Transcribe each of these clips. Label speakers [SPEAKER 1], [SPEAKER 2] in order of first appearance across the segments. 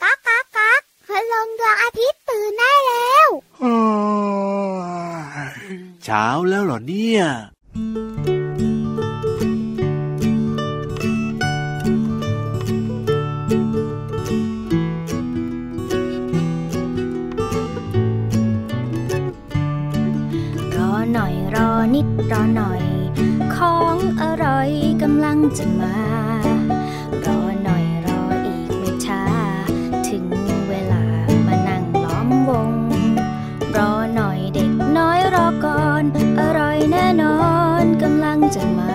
[SPEAKER 1] ก๊ากก๊ากก๊ากพลงดวงอาทิตย์ตื่นได้แล้ว
[SPEAKER 2] เช้าแล้วเหรอเนี่ย
[SPEAKER 3] รอหน่อยรอนิดรอหน่อย ของอร่อยกำลังจะมา รอหน่อยรออีกไม่ช้า ถึงเวลามานั่งล้อมวง รอหน่อยเด็กน้อยรอก่อน อร่อยแน่นอนกำลังจะมา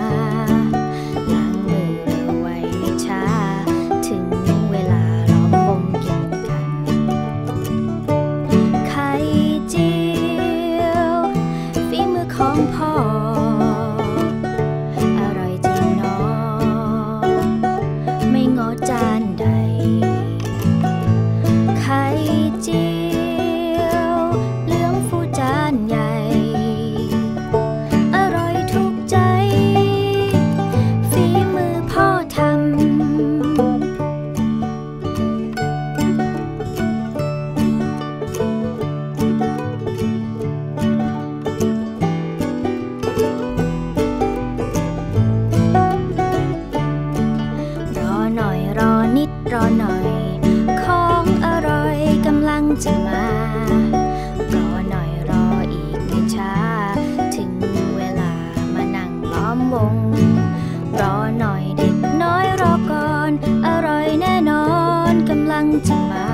[SPEAKER 3] ล้างมือเร็วไวไม่ช้า ถึงเวลาล้อมวงกินกัน ไข่เจียวฝีมือของพ่อ อร่อยจริงเนาะไม่งอจานใด ไข่เจียวเหลืองฟูจานใหญ่ อร่อยถูกใจ ฝีมือพ่อทำ รอหน่อยรอนิดรอหน่อย ของอร่อยกำลังจะมา รอหน่อยรออีกไม่ช้า ถึงเวลามานั่งล้อมวง รอหน่อยเด็กน้อยรอก่อน อร่อยแน่นอนกำลังจะมา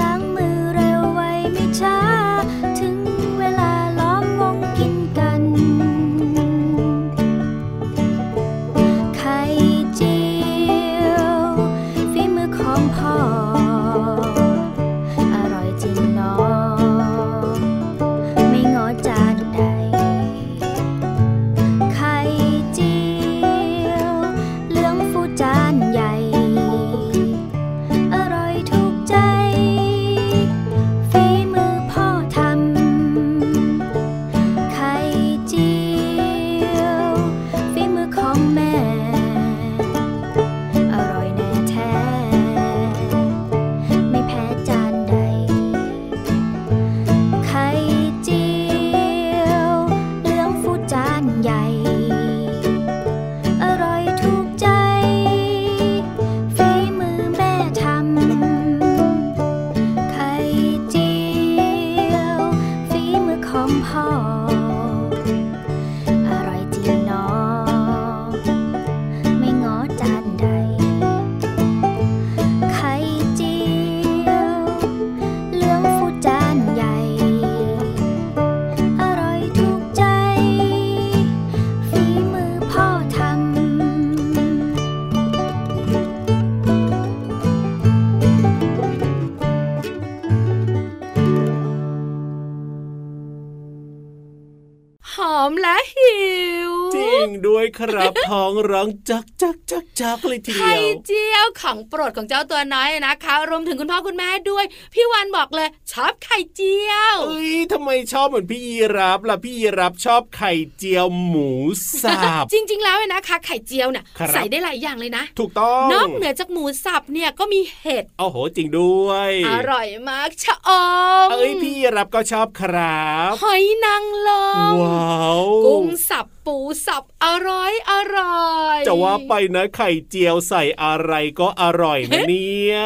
[SPEAKER 3] ล้างมือเร็วไวไม่ช้า ถึงเวลาล้อมวงกินกัน ไข่เจียวฝีมือของพ่อ อร่อยจริงเนาะไม่งอจานใด ไข่เจียวเหลืองฟูจานใหญ่ อร่อยถูกใจฝีมือพ่อทำ ไข่เจียวฝีมือของแม่ อร่อยแน่แท้ ไม่แพ้จานใด ไข่เจียวเหลืองฟูจานใหญ่ อร่อยถูกใจฝีมือแม่ทำ ไข่เจียวฝีมือของพ่อ อร่อยจริงเนาะไม่ง้อจานใด ไข่เจียวเหลืองฟูจานใหญ่ อร่อยถูกใจฝีมือพ่อทำ
[SPEAKER 4] หอมและหิว
[SPEAKER 2] จริงด้วยครับ ท้องร้องจักจักจักจักเลยทีเดี
[SPEAKER 4] ไข่
[SPEAKER 2] ยว
[SPEAKER 4] เจียวของโปรดของเจ้าตัวน้อยนะคะ รวมถึงคุณพ่อคุณแม่ด้วย พี่วันบอกเลยชอบไข่เจียว
[SPEAKER 2] เอ้ยทำไมชอบเหมือนพี่ยีรับล่ะพี่ยีรับชอบไข่เจียวหมูสับ
[SPEAKER 4] จริง ๆ แล้วเนี่ยนะคะไข่เจียวเนี่ย
[SPEAKER 2] ครับ
[SPEAKER 4] ใส่ได้หลายอย่างเลยนะ
[SPEAKER 2] ถูกต้อง
[SPEAKER 4] นอกเหนือจากหมูสับเนี่ยก็มีเห็ด
[SPEAKER 2] โอ้โหจริงด้วย
[SPEAKER 4] อร่อยมากชะอม
[SPEAKER 2] เอ้ยพี่ยีรับก็ชอบครับ
[SPEAKER 4] หอยนางรม
[SPEAKER 2] ว้าว
[SPEAKER 4] กุ้งสับปูสับอร่อยอร่อย
[SPEAKER 2] จะว่าไปนะไข่เจียวใส่อะไรก็อร่อยนะเนี่ย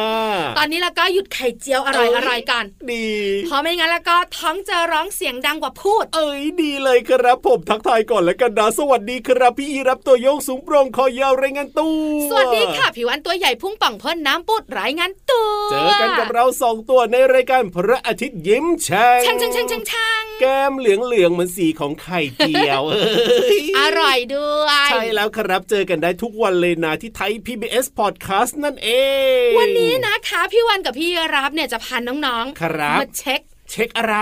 [SPEAKER 4] ตอนนี้แล้วก็หยุดไข่เจียวอร่อยอร่อยกัน
[SPEAKER 2] ดี
[SPEAKER 4] เพราะไม่งั้นแล้วก็ท้องจะร้องเสียงดังกว่าพูด
[SPEAKER 2] เอ้ยดีเลยครับผมทักทายก่อนแล้วกันนะสวัสดีครับ พี่ยีรับตัวโยงสูงโปร่งคอยาวไรายงานตู้
[SPEAKER 4] สวัสดีค่ะผิววันตัวใหญ่พุ่งป่องพ่นน้ำปุดรายงานตัว
[SPEAKER 2] เจอกันกับเราสองตัวในรายการพระอาทิตย์ยิ้มแฉ่ง
[SPEAKER 4] ช่างช่างช่างช่างช่าง
[SPEAKER 2] แก้มเหลืองเหลืองๆเหมือนสีของไข่เจียวเอ้ย
[SPEAKER 4] อร่อยด้วย
[SPEAKER 2] ใช่แล้วครับเจอกันได้ทุกวันเลยนะที่ไทย PBS Podcast นั่นเอง
[SPEAKER 4] วันนี้นะคะพี่วันกับพี่รับเนี่ยจะพาน้อง
[SPEAKER 2] ครั
[SPEAKER 4] ๆ
[SPEAKER 2] บ
[SPEAKER 4] มาเช็ค
[SPEAKER 2] เช็คอะไร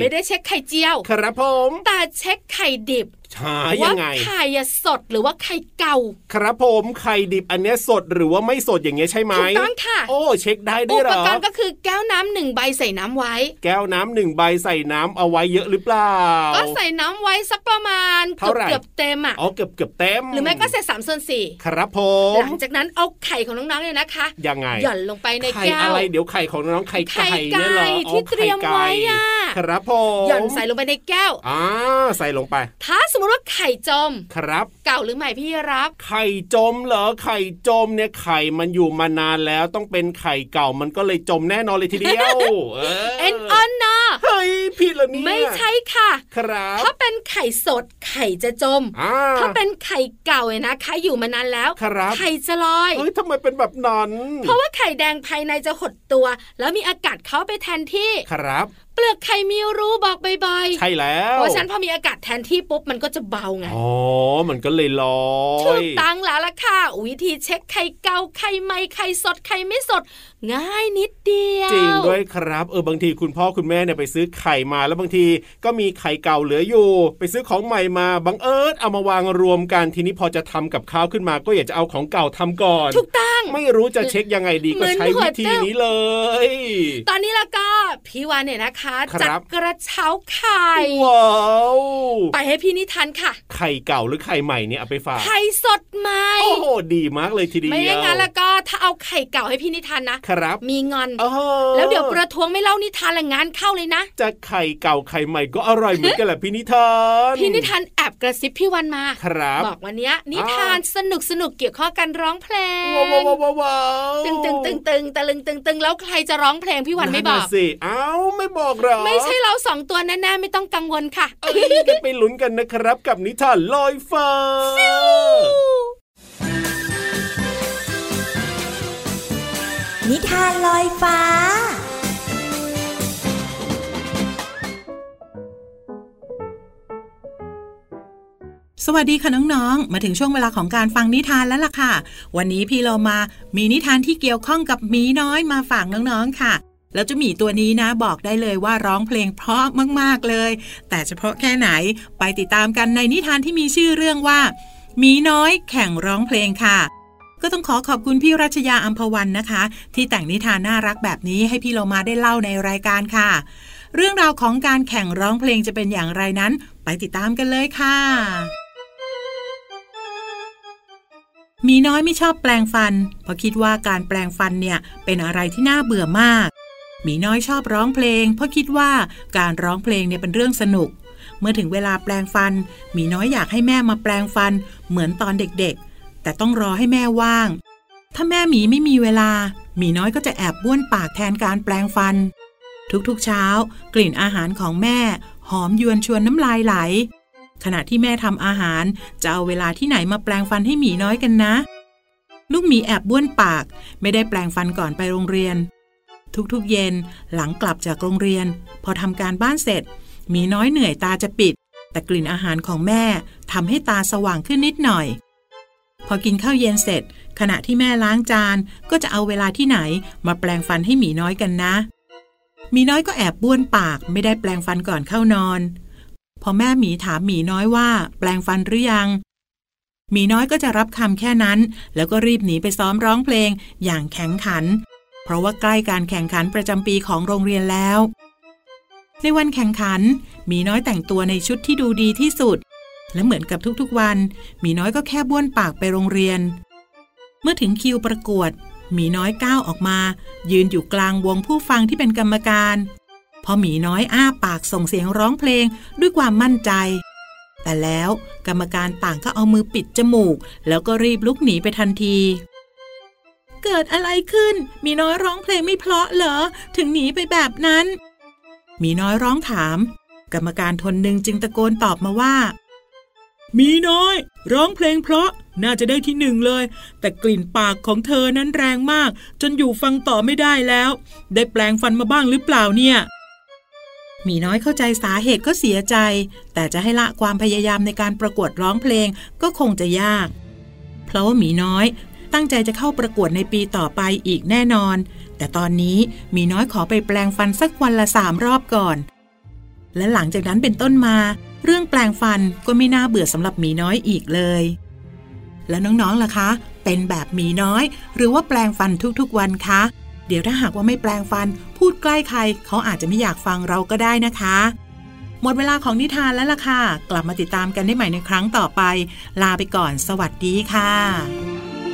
[SPEAKER 4] ไม่ได้เช็คไข่เจียว
[SPEAKER 2] ครับผม
[SPEAKER 4] แต่เช็คไข่ดิบ
[SPEAKER 2] หายังไง
[SPEAKER 4] ว่าไข่อะสดหรือว่าไข่เก่า
[SPEAKER 2] ครับผมไข่ดิบอันเนี้ยสดหรือว่าไม่สดอย่างเงี้ยใช่ไหม
[SPEAKER 4] ถูกต้องค่ะ
[SPEAKER 2] โอ้เช็คได้ด้
[SPEAKER 4] อุ
[SPEAKER 2] วยเห
[SPEAKER 4] ป
[SPEAKER 2] รอ
[SPEAKER 4] กรณ์ก็คือแก้วน้ำหนึ่งใบใส่น้ำไว้
[SPEAKER 2] แก้วน้ำหนึ่งใบใส่น้ำเอาไว้เยอะหรือเปล่า
[SPEAKER 4] ก็ใส่น้ำไว้สักประมาณ
[SPEAKER 2] เท่าไหร่
[SPEAKER 4] เกือบๆเต็มอ่ะ
[SPEAKER 2] อ๋อเกือบเกือบเต็ม
[SPEAKER 4] หรือไม่ก็ใส่สามส่วนสี่
[SPEAKER 2] ครับผ
[SPEAKER 4] ห
[SPEAKER 2] ม
[SPEAKER 4] ลังจากนั้นเอาไข่ของน้องๆเนี่ยนะคะ
[SPEAKER 2] ยังไง
[SPEAKER 4] หย่อนลงไปใน
[SPEAKER 2] ไข่
[SPEAKER 4] แก้ว
[SPEAKER 2] อะไรเดี๋ยวไข่ของน้องไข่
[SPEAKER 4] ไข่
[SPEAKER 2] ไก่
[SPEAKER 4] ไก่
[SPEAKER 2] เนี่ยเหรอ
[SPEAKER 4] ที่เตรียมไว้
[SPEAKER 2] ไ
[SPEAKER 4] อะ
[SPEAKER 2] ข่ไก่ครับผม
[SPEAKER 4] หย่อนใส่ลงไปในแก้ว
[SPEAKER 2] อ่าใส่ลงไป
[SPEAKER 4] ถ้าสมมติว่าไข่จม
[SPEAKER 2] ครับ
[SPEAKER 4] เก่าหรือใหม่พี่รับ
[SPEAKER 2] ไข่จมเหรอไข่จมเนี่ยไข่มันอยู่มานานแล้วต้องเป็นไข่เก่ามันก็เลยจมแน่นอนเลยทีเดี ยวเออ
[SPEAKER 4] เอ็นออนนะ
[SPEAKER 2] เฮ้ยผิดเหรอเนี่ย
[SPEAKER 4] ไม่ใช่ค่ะ
[SPEAKER 2] ครับ
[SPEAKER 4] ถ้าเป็นไข่สดไข่จะจม
[SPEAKER 2] อ่า
[SPEAKER 4] ถ้าเป็นไข่เก่าเนี่ยนะคะอยู่มานานแล้ว
[SPEAKER 2] ครับ
[SPEAKER 4] ไข่จะลอย
[SPEAKER 2] เฮ้ยทำไมเป็นแบบนั้น
[SPEAKER 4] เพราะว่าไข่แดงภายในจะหดตัว แล้วมีอากาศเข้าไปแทนที่
[SPEAKER 2] ครับ
[SPEAKER 4] เปลือกไข่มีรูบอกบ่อย
[SPEAKER 2] ใช่แล้
[SPEAKER 4] ๆ
[SPEAKER 2] ว
[SPEAKER 4] เพราะฉะนั้นพอมีอากาศแทนที่ปุ๊บมันก็จะเบาไง
[SPEAKER 2] อ๋อมันก็เลยลอย
[SPEAKER 4] ถูกตั้งแล้วล่ะค่ะ วิธีเช็คไข่เก่าไข่ใหม่ไข่สดไข่ไม่สด ง่ายนิดเดียว
[SPEAKER 2] จริงด้วยครับเออบางทีคุณพ่อคุณแม่เนี่ยไปซื้อไข่มาแล้วบางทีก็มีไข่เก่าเหลืออยู่ ไปซื้อของใหม่มาบังเอิญเอามาวางรวมกันทีนี้พอจะทำกับข้าวขึ้นมาก็อยากจะเอาของเก่าทำก่อน
[SPEAKER 4] ถูกตั้ง
[SPEAKER 2] ไม่รู้จะเช็คยังไงดี
[SPEAKER 4] เหมื
[SPEAKER 2] ก็
[SPEAKER 4] อน
[SPEAKER 2] ใช้
[SPEAKER 4] หั
[SPEAKER 2] วิ
[SPEAKER 4] ว
[SPEAKER 2] ธี
[SPEAKER 4] เจ้า
[SPEAKER 2] นี้เลย
[SPEAKER 4] ตอนนี้แล้วก็พี่วานเนี่ยนะคะ
[SPEAKER 2] ครับ
[SPEAKER 4] จัดกระเช้าไข่
[SPEAKER 2] ว้าว
[SPEAKER 4] ไปให้พี่นิทานค่ะ
[SPEAKER 2] ไข่เก่าหรือไข่ใหม่เนี่ยเอาไปฝาก
[SPEAKER 4] ไข่สดใหม่
[SPEAKER 2] โอ้โหดีมากเลยทีเดียว
[SPEAKER 4] ไม่อย่างนั้นแล้วก็ถ้าเอาไข่เก่าให้พี่นิทานนะครับ มีงอน
[SPEAKER 2] โอ้โห
[SPEAKER 4] แล้วเดี๋ยวประท้วงไม่เล่านิทานและงานเข้าเลยนะ
[SPEAKER 2] จะไข่เก่าไข่ใหม่ก็อร่อยเหมือนกันแหละพี่นิทาน
[SPEAKER 4] พี่นิทานแอบกระซิบพี่วันมา
[SPEAKER 2] ครับ
[SPEAKER 4] บอกวันเนี้ยนิ
[SPEAKER 2] อ้าว
[SPEAKER 4] ทานสนุกสนุกๆเกี่ยวข้องกันร้องเพลง
[SPEAKER 2] ว้าวว้าวว้าวว้าว
[SPEAKER 4] ตึงตึงตึงตึงตะลึงตึงตึงแล้วใครจะร้องเพลงพี่วันไม่บอก
[SPEAKER 2] ะสิเอ้าไม่บอกเหรอ
[SPEAKER 4] ไม่ใช่เราสองตัวแน่ๆไม่ต้องกังวลค่ะ
[SPEAKER 2] เอ้ยกันไปลุ้นกันนะครับ กับนิทานลอยฟ้า
[SPEAKER 5] นิทานลอยฟ้า
[SPEAKER 6] สวัสดีค่ะน้องๆ มาถึงช่วงเวลาของการฟังนิทานแล้วล่ะค่ะ วันนี้พี่เรามามีนิทานที่เกี่ยวข้องกับหมีน้อยมาฝากน้องๆ ค่ะ แล้วเจ้าหมีตัวนี้นะบอกได้เลยว่าร้องเพลงเพราะมากๆเลย แต่เฉพาะแค่ไหนไปติดตามกันในนิทานที่มีชื่อเรื่องว่าหมีน้อยแข่งร้องเพลงค่ะ ก็ต้องขอขอบคุณพี่รัชยาอัมพวันนะคะ ที่แต่งนิทานน่ารักแบบนี้ให้พี่เรามาได้เล่าในรายการค่ะ เรื่องราวของการแข่งร้องเพลงจะเป็นอย่างไรนั้น ไปติดตามกันเลยค่ะ หมีน้อยไม่ชอบแปลงฟัน เพราะคิดว่าการแปลงฟันเนี่ยเป็นอะไรที่น่าเบื่อมาก หมีน้อยชอบร้องเพลง เพราะคิดว่าการร้องเพลงเนี่ยเป็นเรื่องสนุก เมื่อถึงเวลาแปลงฟัน หมีน้อยอยากให้แม่มาแปลงฟันเหมือนตอนเด็กๆ แต่ต้องรอให้แม่ว่าง ถ้าแม่หมีไม่มีเวลา หมีน้อยก็จะแอบบ้วนปากแทนการแปลงฟัน ทุกๆเช้า กลิ่นอาหารของแม่ หอมยวนชวนน้ำลายไหล ขณะที่แม่ทำอาหาร จะเอาเวลาที่ไหนมาแปลงฟันให้หมีน้อยกันนะ ลูกหมีแอบบ้วนปาก ไม่ได้แปลงฟันก่อนไปโรงเรียน ทุกๆเย็นหลังกลับจากโรงเรียน พอทำการบ้านเสร็จหมีน้อยเหนื่อยตาจะปิด แต่กลิ่นอาหารของแม่ทำให้ตาสว่างขึ้นนิดหน่อย พอกินข้าวเย็นเสร็จ ขณะที่แม่ล้างจานก็จะเอาเวลาที่ไหนมาแปลงฟันให้หมีน้อยกันนะหมีน้อยก็แอบบ้วนปากไม่ได้แปลงฟันก่อนเข้านอน พอแม่หมีถามหมีน้อยว่า แปลงฟันหรือยัง หมีน้อยก็จะรับคำแค่นั้น แล้วก็รีบหนีไปซ้อมร้องเพลงอย่างแข็งขัน เพราะว่าใกล้การแข่งขันประจำปีของโรงเรียนแล้ว ในวันแข่งขันหมีน้อยแต่งตัวในชุดที่ดูดีที่สุด และเหมือนกับทุกๆวันหมีน้อยก็แค่บ้วนปากไปโรงเรียน เมื่อถึงคิวประกวดหมีน้อยก้าวออกมา ยืนอยู่กลางวงผู้ฟังที่เป็นกรรมการ พอหมีน้อยอ้าปากส่งเสียงร้องเพลงด้วยความมั่นใจ แต่แล้วกรรมการต่างก็เอามือปิดจมูก แล้วก็รีบลุกหนีไปทันที เกิดอะไรขึ้นหมีน้อยร้องเพลงไม่เพราะเหรอ ถึงหนีไปแบบนั้นหมีน้อยร้องถาม กรรมการทนหนึ่งจึงตะโกนตอบมาว่าหมีน้อย ร้องเพลงเพราะน่าจะได้ที่หนึ่งเลย แต่กลิ่นปากของเธอนั้นแรงมาก จนอยู่ฟังต่อไม่ได้แล้ว ได้แปลงฟันมาบ้างหรือเปล่าเนี่ย หมีน้อยเข้าใจสาเหตุก็เสียใจ แต่จะให้ละความพยายามในการประกวดร้องเพลงก็คงจะยาก เพราะว่าหมีน้อยตั้งใจจะเข้าประกวดในปีต่อไปอีกแน่นอน แต่ตอนนี้หมีน้อยขอไปแปลงฟันสักวันละสามรอบก่อน และหลังจากนั้นเป็นต้นมา เรื่องแปลงฟันก็ไม่น่าเบื่อสำหรับหมีน้อยอีกเลย แล้วน้องๆล่ะคะ เป็นแบบหมีน้อย หรือว่าแปลงฟันทุกๆวันคะ เดี๋ยวถ้าหากว่าไม่แปลงฟัน พูดใกล้ใครเขาอาจจะไม่อยากฟังเราก็ได้นะคะ หมดเวลาของนิทานแล้วล่ะค่ะ กลับมาติดตามกันได้ใหม่ในครั้งต่อไป ลาไปก่อน สวัสดีค่ะ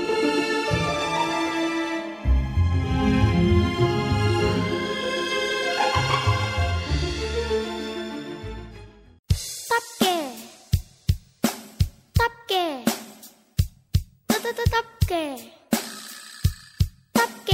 [SPEAKER 7] 떡게 떡게 뜨뜨뜨 떡게 떡게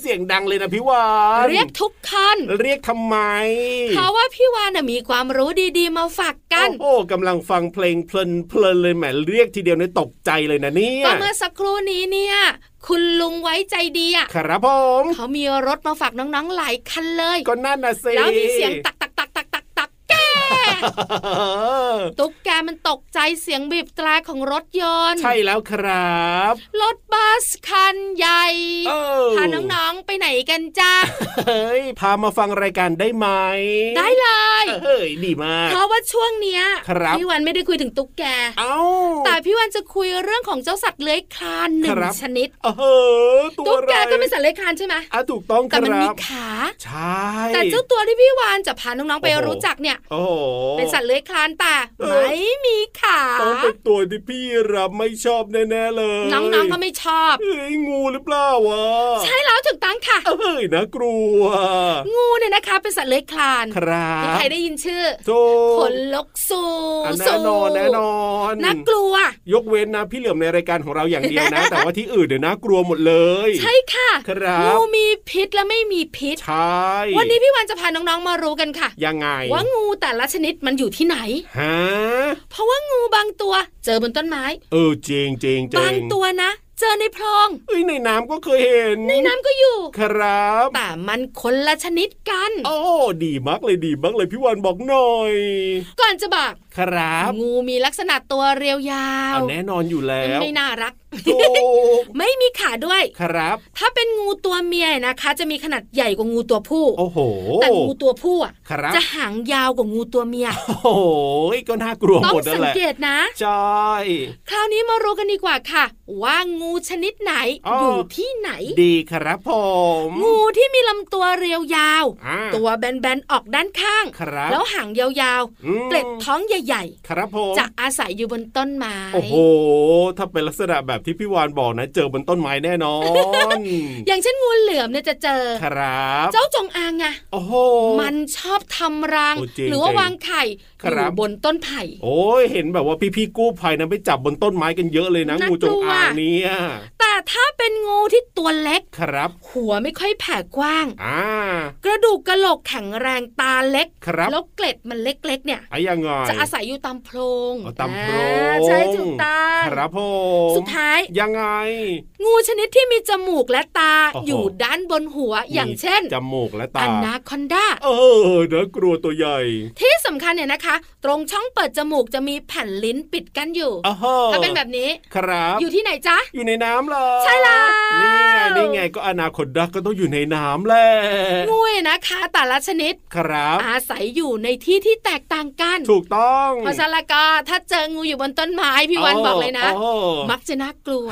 [SPEAKER 2] เสียงดังเลยนะพี่วาน
[SPEAKER 4] เรียกทุกคน
[SPEAKER 2] เรียกทำไม
[SPEAKER 4] เพราะว่าพี่วานน่ะมีความรู้ดีๆมาฝากกัน
[SPEAKER 2] โอ้โหกำลังฟังเพลงเพลินเพลินๆเลยแหมเรียกทีเดียวเนี่ยตกใจเลยนะเนี่ย
[SPEAKER 4] ก็เมื่อสักครู่นี้เนี่ย คุณลุงไว้ใจดีอ่ะ
[SPEAKER 2] ครับผม
[SPEAKER 4] เขามีรถมาฝากน้องๆหลายคันเลย
[SPEAKER 2] ก็นั่นนะสิ
[SPEAKER 4] แล้วมีเสียงตักตักตักตักตักตักแก ตุ๊กแกมันตกใจเสียงบีบแตรของรถยนต์
[SPEAKER 2] ใช่แล้วครับ
[SPEAKER 4] รถบัสคันใหญ่
[SPEAKER 2] เออ
[SPEAKER 4] พาน้องๆไปไหนกัน จ้า
[SPEAKER 2] เฮ้ยพามาฟังรายการได้ไหม
[SPEAKER 4] ได้ เลย
[SPEAKER 2] เฮ้ยดีมาก
[SPEAKER 4] เพราะว่าช่วงเนี้ย
[SPEAKER 2] ครับ
[SPEAKER 4] พี่วันไม่ได้คุยถึงตุ๊กแก
[SPEAKER 2] เอ้า
[SPEAKER 4] แต่พี่วันจะคุยเรื่องของเจ้าสัตว์เลื้อยคลานหนึ่ง
[SPEAKER 2] ครับ
[SPEAKER 4] ชนิด
[SPEAKER 2] เออตัว
[SPEAKER 4] ตุ๊ก
[SPEAKER 2] อะไร
[SPEAKER 4] แกก็เป็นสัตว์เลื้อยคลานใช่ไหม
[SPEAKER 2] อ่ะถูกต้องค
[SPEAKER 4] แต่
[SPEAKER 2] รับ
[SPEAKER 4] มันมีขา
[SPEAKER 2] ใช่
[SPEAKER 4] แต่เจ้าตัวที่พี่วานจะพาน้องๆไป
[SPEAKER 2] โอ้โห
[SPEAKER 4] รู้จักเนี่ย
[SPEAKER 2] โอ้โห
[SPEAKER 4] เป็นสัตว์เลื้อยคลานแต่
[SPEAKER 2] เออ
[SPEAKER 4] ไม่มีขา
[SPEAKER 2] ต้องเป็นตัวที่พี่รับไม่ชอบแน่ๆเลย
[SPEAKER 4] น้องๆก็ไม่ชอบ
[SPEAKER 2] เอ้ยงูหรือเปล่าวะ
[SPEAKER 4] ใช่แล้วถูกต้องค่ะ
[SPEAKER 2] เอ้ยนะกลัว
[SPEAKER 4] งูเนี่ยนะคะ เป็นสัตว์เลื้อยคลาน
[SPEAKER 2] ครับ
[SPEAKER 4] มีใครได้ยินชื่อ
[SPEAKER 2] ถูก
[SPEAKER 4] ขนลกสู
[SPEAKER 2] อ่ะแน่
[SPEAKER 4] สู
[SPEAKER 2] นอนแน่นอน
[SPEAKER 4] น่ากลัว
[SPEAKER 2] ยกเว้นนะพี่เหลือมในรายการของเราอย่างเดียวนะ แต่ว่าที่อื่นเนี่ยน่ากลัวหมดเลย
[SPEAKER 4] ใช่ค่ะ
[SPEAKER 2] ครับ
[SPEAKER 4] งูมีพิษและไม่มีพิษ
[SPEAKER 2] ใช่
[SPEAKER 4] วันนี้พี่วานจะพาน้องๆมารู้กันค่ะ
[SPEAKER 2] ยังไง
[SPEAKER 4] ว่างูแต่ละชนิดมันอยู่ที่ไหน
[SPEAKER 2] ฮะ
[SPEAKER 4] เพราะว่างูบางตัวเจอบนต้นไม้
[SPEAKER 2] เออจริงจริงจริ
[SPEAKER 4] บางตัวนะ เจอในโพรง
[SPEAKER 2] เอ้ยในน้ำก็เคยเห็น
[SPEAKER 4] ในน้ำก็อยู่
[SPEAKER 2] ครับ
[SPEAKER 4] แต่มันคนละชนิดกัน
[SPEAKER 2] โอ้ดีมากเลยดีมากเลยพี่วันบอกหน่อย
[SPEAKER 4] ก่อนจะบอก
[SPEAKER 2] ครับ
[SPEAKER 4] งูมีลักษณะตัวเรียวยาว
[SPEAKER 2] เอาแน่นอนอยู่แล้ว
[SPEAKER 4] ไม่น่ารัก
[SPEAKER 2] ถูก
[SPEAKER 4] ไม่มีขาด้วย
[SPEAKER 2] ครับ
[SPEAKER 4] ถ้าเป็นงูตัวเมียนะคะ จะมีขนาดใหญ่กว่างูตัวผู้
[SPEAKER 2] โอ้โห
[SPEAKER 4] แต่งูตัวผู้อะ
[SPEAKER 2] ครับ
[SPEAKER 4] จะหางยาวกว่างูตัวเมีย
[SPEAKER 2] โอ้โหก็น่ากลัว
[SPEAKER 4] ต้
[SPEAKER 2] ห
[SPEAKER 4] อง
[SPEAKER 2] มดนั่
[SPEAKER 4] สั
[SPEAKER 2] น
[SPEAKER 4] ง
[SPEAKER 2] แหละ
[SPEAKER 4] เกตนะ
[SPEAKER 2] ใช่
[SPEAKER 4] คราวนี้มารู้กันดีกว่าค่ะ ว่างูชนิดไหนอยู่ที่ไหน
[SPEAKER 2] ดีครับผม
[SPEAKER 4] งูที่มีลำตัวเรียวยาว
[SPEAKER 2] อ่า
[SPEAKER 4] ตัวแบนๆออกด้านข้าง
[SPEAKER 2] ครับ
[SPEAKER 4] แล้วหางยาว
[SPEAKER 2] อืม
[SPEAKER 4] ๆ เกล็ดท้องใหญ่
[SPEAKER 2] ครับผม
[SPEAKER 4] ๆ จะอาศัยอยู่บนต้นไม้
[SPEAKER 2] โอ้โห ถ้าเป็นลักษณะแบบที่พี่วานบอกนะ เจอบนต้นไม้แน่นอน
[SPEAKER 4] อย่างเช่นงูเหลือมเนี่ยจะเจอ
[SPEAKER 2] ครับ
[SPEAKER 4] เจ้าจงอางไง
[SPEAKER 2] โอ้โห
[SPEAKER 4] มันชอบทำรัง
[SPEAKER 2] โอ้จริง
[SPEAKER 4] หรือว่า
[SPEAKER 2] จริง
[SPEAKER 4] วางไข่
[SPEAKER 2] ค
[SPEAKER 4] อ
[SPEAKER 2] รั
[SPEAKER 4] ยู่
[SPEAKER 2] บ
[SPEAKER 4] บนต้นไผ่
[SPEAKER 2] โอ้ยเห็นแบบว่าพี่ๆกู้ภัยนะไปจับบนต้นไม้กันเยอะเลยนะ
[SPEAKER 4] น่า
[SPEAKER 2] งูจง
[SPEAKER 4] กลัว
[SPEAKER 2] อางเนี่ย
[SPEAKER 4] แต่ถ้าเป็นงูที่ตัวเล็ก
[SPEAKER 2] ครับ
[SPEAKER 4] หัวไม่ค่อยแผ่กว้าง
[SPEAKER 2] อ่าก
[SPEAKER 4] ระดูกกระโหลกแข็งแรงตาเล็ก
[SPEAKER 2] ครับ
[SPEAKER 4] แล้วเกล็ดมันเล็กๆ เนี่ย
[SPEAKER 2] ไอ้ยังไง
[SPEAKER 4] จะอาศัยอยู่ตามโพรง
[SPEAKER 2] เอาตามโพร
[SPEAKER 4] อ่าง ใช่ถูกต้อง
[SPEAKER 2] ครับผม
[SPEAKER 4] สุดท้าย
[SPEAKER 2] ยังไง
[SPEAKER 4] งูชนิดที่มีจมูกและตา
[SPEAKER 2] โอ้โห
[SPEAKER 4] อยู่ด้านบนหัวอย่างเช่น
[SPEAKER 2] จมูกและ
[SPEAKER 4] อ
[SPEAKER 2] ตา
[SPEAKER 4] นาคอนดา
[SPEAKER 2] เออนะกลัวตัวใหญ่
[SPEAKER 4] ที่สำคัญเนี่ยนะคะ ตรงช่องเปิดจมูกจะมีแผ่นลิ้นปิดกั้นอยู่
[SPEAKER 2] อ้าว
[SPEAKER 4] ถ้าเป็นแบบนี้
[SPEAKER 2] ครับ
[SPEAKER 4] อยู่ที่ไหนจ๊ะ
[SPEAKER 2] อยู่ในน้ำเลย
[SPEAKER 4] ใช่แล้ว
[SPEAKER 2] นี่ไงนี่ไงก็อนาคตดักก็ต้องอยู่ในน้ำแหละ
[SPEAKER 4] งูเนี่ยนะคะแต่ละชนิด
[SPEAKER 2] ครับ
[SPEAKER 4] อาศัยอยู่ในที่ที่แตกต่างกัน
[SPEAKER 2] ถูกต้อง
[SPEAKER 4] เพราะฉะนั้นแล้วก็ถ้าเจองูอยู่บนต้นไม้พี่วันบอกเลยนะ
[SPEAKER 2] โอ้โห
[SPEAKER 4] มักจะน่ากลัว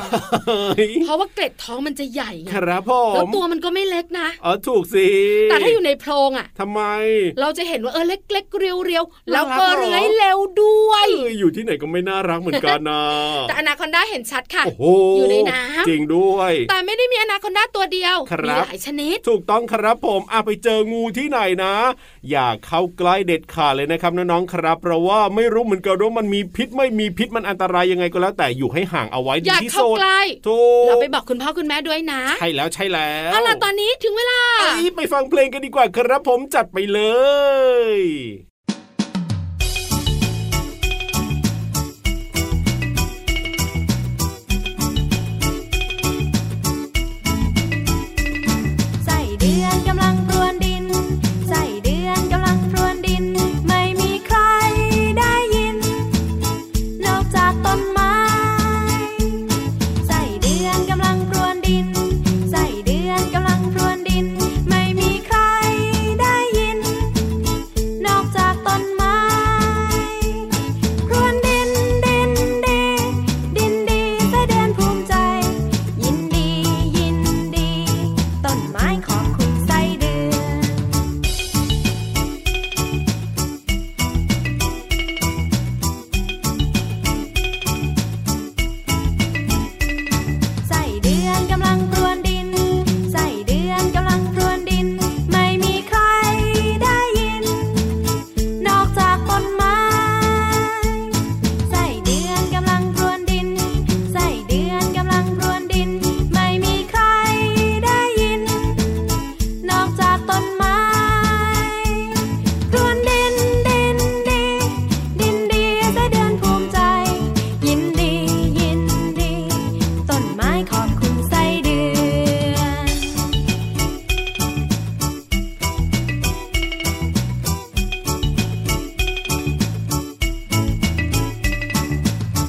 [SPEAKER 2] เฮ้ย
[SPEAKER 4] เพราะว่าเกล็ดท้องมันจะใหญ่ไง
[SPEAKER 2] ครับผ
[SPEAKER 4] แล้ว
[SPEAKER 2] ม
[SPEAKER 4] ตัวมันก็ไม่เล็กนะ
[SPEAKER 2] เออถูกสิ
[SPEAKER 4] แต่ถ้าอยู่ในโพรงอ่ะ
[SPEAKER 2] ทำไม
[SPEAKER 4] เราจะเห็นว่าเออเล็กๆเรียวๆแล้ว
[SPEAKER 2] น่ารั
[SPEAKER 4] ก็
[SPEAKER 2] กเหรอ
[SPEAKER 4] เลื้อยเร็วด้วย
[SPEAKER 2] เอออยู่ที่ไหนก็ไม่น่ารักเหมือนกันนะ
[SPEAKER 4] แต่อนาคอนดาเห็นชัดค่ะ
[SPEAKER 2] โอ้โห
[SPEAKER 4] อยู่ในน้ำ
[SPEAKER 2] จริงด้วย
[SPEAKER 4] แต่ไม่ได้มีอนาคอนดาตัวเดียว
[SPEAKER 2] ครับ
[SPEAKER 4] มีหลายชนิด
[SPEAKER 2] ถูกต้องครับผมอาไปเจองูที่ไหนนะ อย่าเข้าใกล้เด็ดขาดเลยนะครับน้องๆครับ เพราะว่าไม่รู้เหมือนกันว่ามันมีพิษไม่มีพิษมันอันตรายยังไงก็แล้วแต่อยู่ให้ห่างเอาไว้
[SPEAKER 4] อ
[SPEAKER 2] ดี
[SPEAKER 4] ยาก
[SPEAKER 2] ที่
[SPEAKER 4] เข้า
[SPEAKER 2] สุด
[SPEAKER 4] ใกล้
[SPEAKER 2] ถู
[SPEAKER 4] เรา
[SPEAKER 2] ก
[SPEAKER 4] ไปบอกคุณพ่อคุณแม่ด้วยนะ
[SPEAKER 2] ใช่แล้วใช่แล้ว
[SPEAKER 4] เอาล่ะตอนนี้ถึงเวลา
[SPEAKER 2] เอ้ยไปฟังเพลงกันดีกว่าครับผมจัดไปเลย
[SPEAKER 5] ใส่เดือนกำลังพรวนดิน ใส่เดือนกำลังพรวนดิน ไม่มีใครได้ยิน นอกจากต้นไม้ ใส่เดือนกำลังพรวนดิน ใส่เดือนกำลังพรวนดิน ไม่มีใครได้ยิน นอกจาก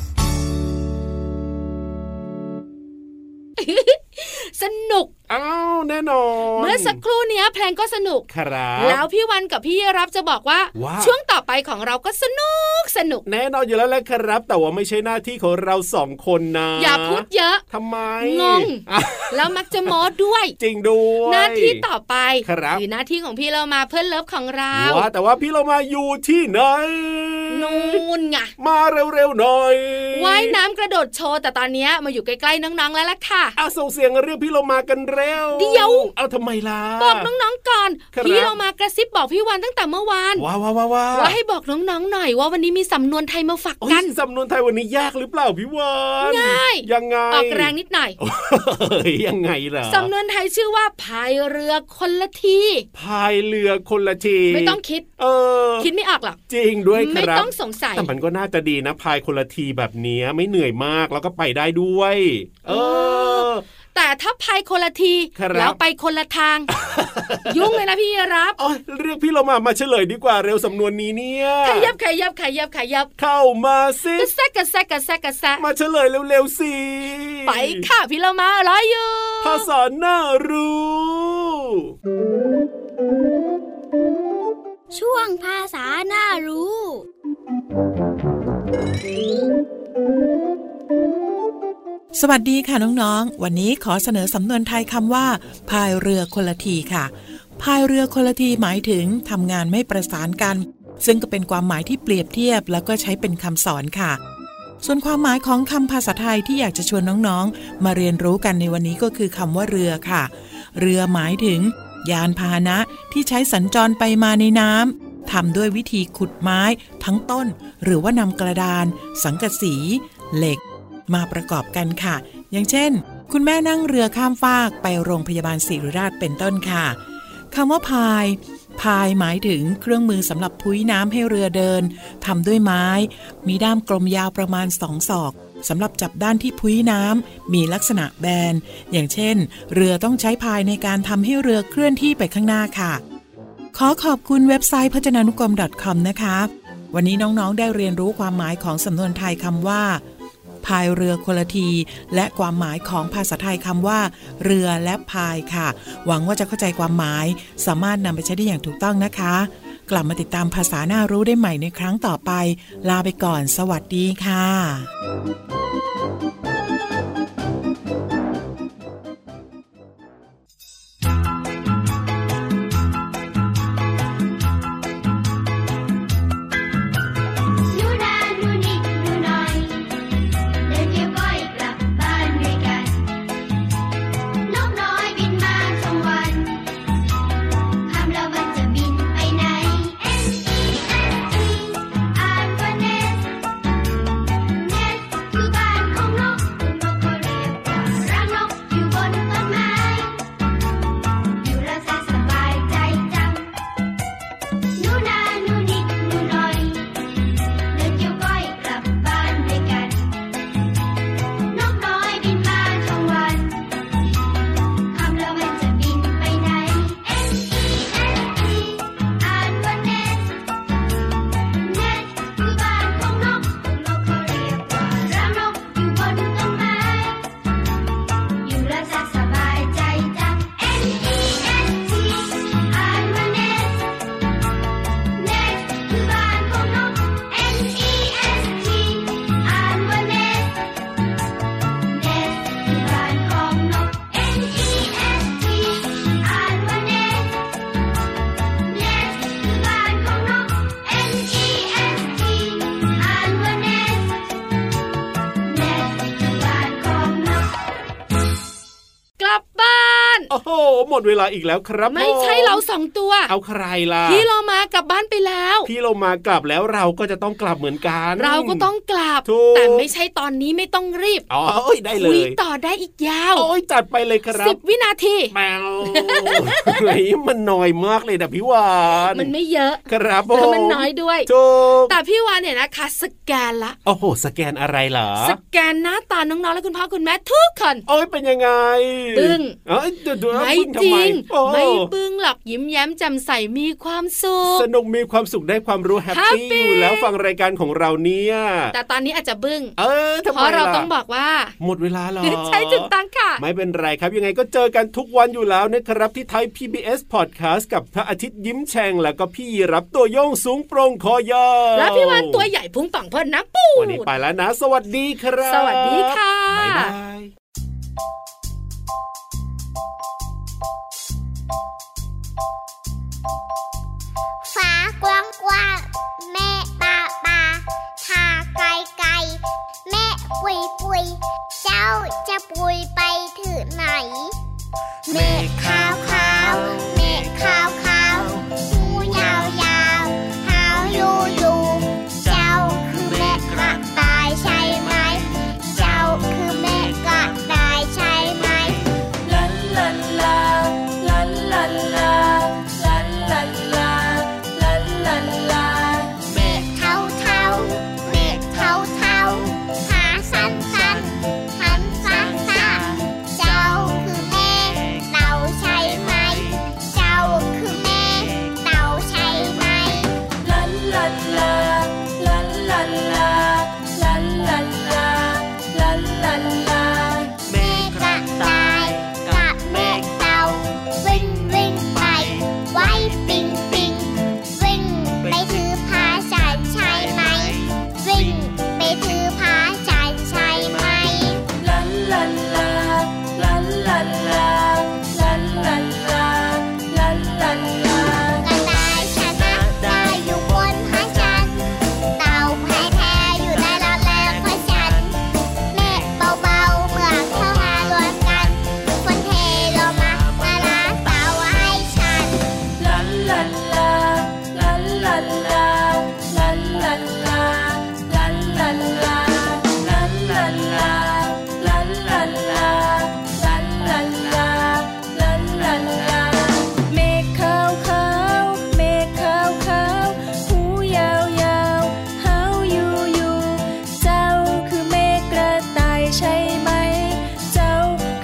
[SPEAKER 2] นอน
[SPEAKER 4] เมื่อสักครู่เนี้ยเพลงก็สนุก
[SPEAKER 2] ครับ
[SPEAKER 4] แล้วพี่วันกับพี่รับจะบอกว่า
[SPEAKER 2] ว่า
[SPEAKER 4] ช่วงต่อไปของเราก็สนุกสนุก
[SPEAKER 2] แน่นอนอยู่แล้วแหละครับ แต่ว่าไม่ใช่หน้าที่ของเราสองคนนะ
[SPEAKER 4] อย่าพูดเยอะ
[SPEAKER 2] ทำไม
[SPEAKER 4] งง
[SPEAKER 2] อ่ะ
[SPEAKER 4] แล้วมักจะโม้ด้วย
[SPEAKER 2] จริงด้วย
[SPEAKER 4] หน้าที่ต่อไป
[SPEAKER 2] ครับ
[SPEAKER 4] อหน้าที่ของพี่เรามาเพื่อนเลิฟของเรา
[SPEAKER 2] ว่าแต่ว่าพี่เรามาอยู่ที่ไหน
[SPEAKER 4] นูนไง
[SPEAKER 2] มาเร็วๆหน่อย
[SPEAKER 4] ว่ายน้ำกระโดดโชว์แต่ตอนเนี้ยมาอยู่ใกล้ๆน้องๆแล้วล่ะค่ะ
[SPEAKER 2] อ่ะส่งเสียงเรียกพี่เรามากันเร็ว
[SPEAKER 4] เดี๋ยว
[SPEAKER 2] เอาทำไมล่ะ
[SPEAKER 4] บอกน้องๆก่อน
[SPEAKER 2] ครับ
[SPEAKER 4] พี่เรามากระซิบบอกพี่วันตั้งแต่เมื่อวาน
[SPEAKER 2] ว้าวว้าวว้าวว้าว
[SPEAKER 4] ว่าให้บอกน้องๆหน่อยว่าวันนี้มีสำนวนไทยมาฝาก
[SPEAKER 2] โอ้ย
[SPEAKER 4] กัน
[SPEAKER 2] สำนวนไทยวันนี้ยากหรือเปล่าพี่วาน
[SPEAKER 4] ง่าย
[SPEAKER 2] ยังไง
[SPEAKER 4] ออกแรงนิดหน่อย
[SPEAKER 2] เฮ้ยยังไงล่ะ
[SPEAKER 4] สำนวนไทยชื่อว่าพายเรือคนละที
[SPEAKER 2] พายเรือคนละที
[SPEAKER 4] ไม่ต้องคิด
[SPEAKER 2] เออ
[SPEAKER 4] คิดไม่ออกหรอก
[SPEAKER 2] จริงด้วยค
[SPEAKER 4] ไม่
[SPEAKER 2] รับ
[SPEAKER 4] ต้องสงสัย
[SPEAKER 2] แต่มันก็น่าจะดีนะพายคนละทีแบบเนี้ยไม่เหนื่อยมากแล้วก็ไปได้ด้วย เออ
[SPEAKER 4] แต่ถ้าพายคนละที
[SPEAKER 2] ครับ
[SPEAKER 4] แล้วไปคนละทาง ยุ่งเลยนะพี่รับ
[SPEAKER 2] โอยเรียกพี่เรามามาเฉลยดีกว่าเร็วสำนวนนี้เนี่ย
[SPEAKER 4] ขยับขยับขยับขยับ
[SPEAKER 2] เข้ามาสิ
[SPEAKER 4] กระแซกกระแซกกระแซกกระแซะ
[SPEAKER 2] มาเฉลยเร็วๆสิ
[SPEAKER 4] ไปค่ะพี่เรามารออยู่
[SPEAKER 2] ภาษาหน้ารู้
[SPEAKER 8] ช่วงภาษาหน้ารู้
[SPEAKER 6] สวัสดีค่ะน้องๆ วันนี้ขอเสนอสำนวนไทยคำว่า พายเรือคนละทีค่ะ พายเรือคนละทีหมายถึงทำงานไม่ประสานกัน ซึ่งก็เป็นความหมายที่เปรียบเทียบแล้วก็ใช้เป็นคำสอนค่ะ ส่วนความหมายของคำภาษาไทยที่อยากจะชวนน้องๆ มาเรียนรู้กันในวันนี้ก็คือคำว่าเรือค่ะ เรือหมายถึง ยานพาหนะที่ใช้สัญจรไปมาในน้ำทำด้วยวิธีขุดไม้ ทั้งต้น หรือว่านำกระดาน สังกะสี เหล็ก มาประกอบกันค่ะ อย่างเช่น คุณแม่นั่งเรือข้ามฟากไปโรงพยาบาลศิริราชเป็นต้นค่ะ คำว่าพาย พายหมายถึงเครื่องมือสำหรับพุ้ยน้ำให้เรือเดินทำด้วยไม้ มีด้ามกลมยาวประมาณสองศอกสำหรับจับด้านที่พุ้ยน้ำมีลักษณะแบน อย่างเช่น เรือต้องใช้พายในการทำให้เรือเคลื่อนที่ไปข้างหน้าค่ะ ขอขอบคุณเว็บไซต์พจนานุกรม .com นะคะ วันนี้น้องๆ ได้เรียนรู้ความหมายของสำนวนไทยคำว่า พายเรือคนละที และความหมายของภาษาไทยคำว่า เรือและพายค่ะ หวังว่าจะเข้าใจความหมาย สามารถนำไปใช้ได้อย่างถูกต้องนะคะ กลับมาติดตามภาษาหน้ารู้ได้ใหม่ในครั้งต่อไป ลาไปก่อน สวัสดีค่ะ
[SPEAKER 9] นูนานูนิดนูน้อย เดินเที่ยวก้อยกลับบ้านด้วยกัน นกน้อยบินมาสองวันคำละวันจะบินไปไหน N E N T อ่านว่าเนสเนสคือบ้านของนกคุณนกก็เรียกว่ารังนกอยู่บนต้นไม้ อยู่แล้วจะสบายใจจังนูนานูนิดนูน้อย เดินเที่ยวก้อยกลับบ้านด้วยกัน นกน้อยบินมาชมวันคำแล้วมันจะบินไปไหน N E N T อ่านว่าเน็ตเน็ตคือบ้านของนกตัวนกเขาเรียกว่ารังนกอยู่บนต้นไม้ อยู่แล้วจะสบายใจจัง N E N T อ่านว่าเน็ต Nest คือบ้านของนก N E S T อ่านว่า Nest Nest คือบ้านของนก N E S T อ่านว่า Nest Nest คือบ้านของนก N E S T อ่านว่า Nest Nest คือบ้านของนก
[SPEAKER 4] กลับบ้าน
[SPEAKER 2] โอ้โหหมดเวลาอีกแล้วครับ
[SPEAKER 4] ไม่ใช่เราสองตัว
[SPEAKER 2] เอาใครล่ะ
[SPEAKER 4] พี่เรามากลับบ้านไปแล้ว
[SPEAKER 2] พี่เรามากลับแล้วเราก็จะต้องกลับเหมือนกัน
[SPEAKER 4] เราก็ต้องกลับ
[SPEAKER 2] ถูก
[SPEAKER 4] แต่ไม่ใช่ตอนนี้ไม่ต้องรีบ
[SPEAKER 2] อ๋อเอ้ยได้เล
[SPEAKER 4] คุย
[SPEAKER 2] ย
[SPEAKER 4] ต่อได้อีกยาว
[SPEAKER 2] โอ้ยจัดไปเลยครับ
[SPEAKER 4] สิบวินาที
[SPEAKER 2] แมวเฮ้ยมันน้อยมากเลยนะพี่วาน
[SPEAKER 4] มันไม่เยอะ
[SPEAKER 2] ครับผ
[SPEAKER 4] แล้ว
[SPEAKER 2] ม
[SPEAKER 4] มันน้อยด้วย
[SPEAKER 2] ถูก
[SPEAKER 4] แต่พี่วานเนี่ยนะคะ สแกนละ
[SPEAKER 2] โอ้โหสแกนอะไรเหรอ
[SPEAKER 4] สแกนหน้าตาน้องๆและคุณพ่อคุณแม่ทุกคน
[SPEAKER 2] โอ้ยเป็นยังไง
[SPEAKER 4] อึ้ง
[SPEAKER 2] เอ้ยเดี๋ยวๆ
[SPEAKER 4] ไม่
[SPEAKER 2] เพิ่งทำ ทำ
[SPEAKER 4] จริ
[SPEAKER 2] ไม
[SPEAKER 4] ง
[SPEAKER 2] โอ้
[SPEAKER 4] ไม่บึ้งหรอกยิ้มแย้มแจ่มใสมีความสุข
[SPEAKER 2] สนุกมีความสุขได้ความรู้แฮปปี้
[SPEAKER 4] Happy
[SPEAKER 2] อยู่แล้วฟังรายการของเราเนี่ย
[SPEAKER 4] แต่ตอนนี้อาจจะบึ้ง
[SPEAKER 2] เออทำไม
[SPEAKER 4] เพราะเรา
[SPEAKER 2] ล่ะ
[SPEAKER 4] ต้องบอกว่า
[SPEAKER 2] หมดเวลาเหรอ
[SPEAKER 4] ใช่จุดตั้องค่ะ
[SPEAKER 2] ไม่เป็นไรครับ ยังไงก็เจอกันทุกวันอยู่แล้วนะครับ ที่ไทย PBS Podcast กับพระอาทิตย์ยิ้มแฉ่งแล้วก็พี่รับตัวโยงสูงโปร่งคอยาว
[SPEAKER 4] แล้วพี่วันตัวใหญ่พุงป่องเพิ่นน้ำปู
[SPEAKER 2] วันนี้ไป
[SPEAKER 4] ด
[SPEAKER 2] แล้วนะ สวัสดีครับ
[SPEAKER 4] สวัสดีค่ะ
[SPEAKER 2] บ๊ายบาย
[SPEAKER 1] ฟ้ากว้างกว้างแม่ปาปาทาไกลไกลแม่ปุยปุยเจ้าจะปุยไปถึงไหนแม่ขาวขาวแม่ขาวขาวหูยาวยาวหาวยูยูเจ้าคือแม่กระต่ายใช่ไหม เจ้าคือแม่กระต่ายใช่ไหม เมฆเทาเทาเมฆเทาเทาขาสั้นสั้นหันซ้ายซ้ายเจ้าคือเมฆเต่าใช่ไหม เจ้าคือเมฆเต่าใช่ไหม เมฆกระต่ายกับเมฆเต่าวิ่งวิ่งไป ไว้ปิงปิงวิ่งไปถือพาฉันใช่ไหม วิ่งไปถือพาฉันใช่ไหม กระต่ายชนะได้อยู่บนพระจันทร์เต่าแพ้แพ้อยู่ในละแลงพระจันทร์เมฆเบาๆเหมือนเข้ามารวมกันฝนเทลงมาละลาเต่าให้ฉัน
[SPEAKER 5] เมฆขาวขาวเมฆขาวขาวหูยาวยาวหาวอยู่อยู่เจ้าคือเมฆกระต่ายใช่ไหม เจ้า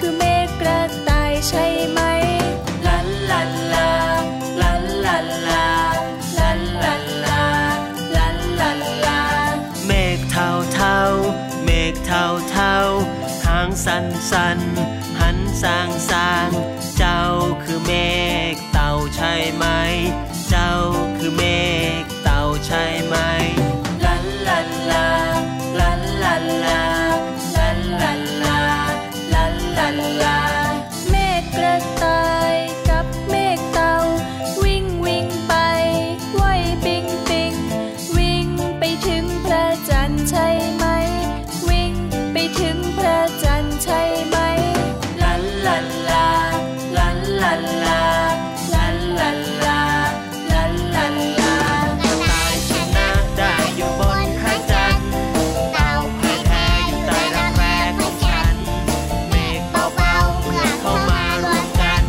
[SPEAKER 5] คือเมฆกระต่ายใช่ไหมลันลันลาลันลันลาลันลันลาลันลันลา
[SPEAKER 10] เมฆเทาเทาๆเมฆเทาเทาๆหางสันสันๆหันสางสางๆเจ้าคือเมฆเต่าใช่ไหม เจ้าคือเมฆเต่าใช่ไหม
[SPEAKER 5] ลันลันลาลันลันลาลันลันลาลันลันลา เมฆกระต่ายกับเมฆเต่าวิ่งวิ่งไปไหวปิงปิงวิ่งไปถึงพระจันทร์ใช่ไหม วิ่งไปถึงพระจันทร์ใช่ไหมลันลันลาลันลันลาลันลันลาลันลันลา
[SPEAKER 1] กระต่ายชนะได้อยู่บนพระจันทร์เต่าแพ้แพ้อยู่ในละแวกพระจันทร์เมฆเบาๆเมื่อเข้ามารวมกัน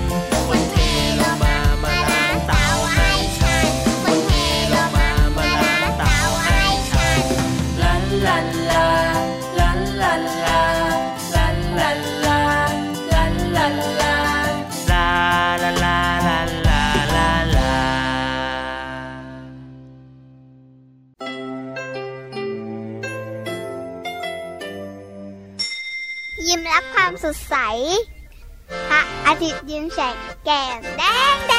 [SPEAKER 1] ฝนเทลงมามาล้างเต่าให้ฉันฝนเทลงมามาล้างเต่าให้ฉัน
[SPEAKER 5] ลันลันลาลันลันลาลันลันลาลันลันลา
[SPEAKER 10] ลาลาลาลาลาลาลา
[SPEAKER 1] ยิ้มรับความสดใส พระอาทิตย์ยิ้มแฉกแก้มแดงแด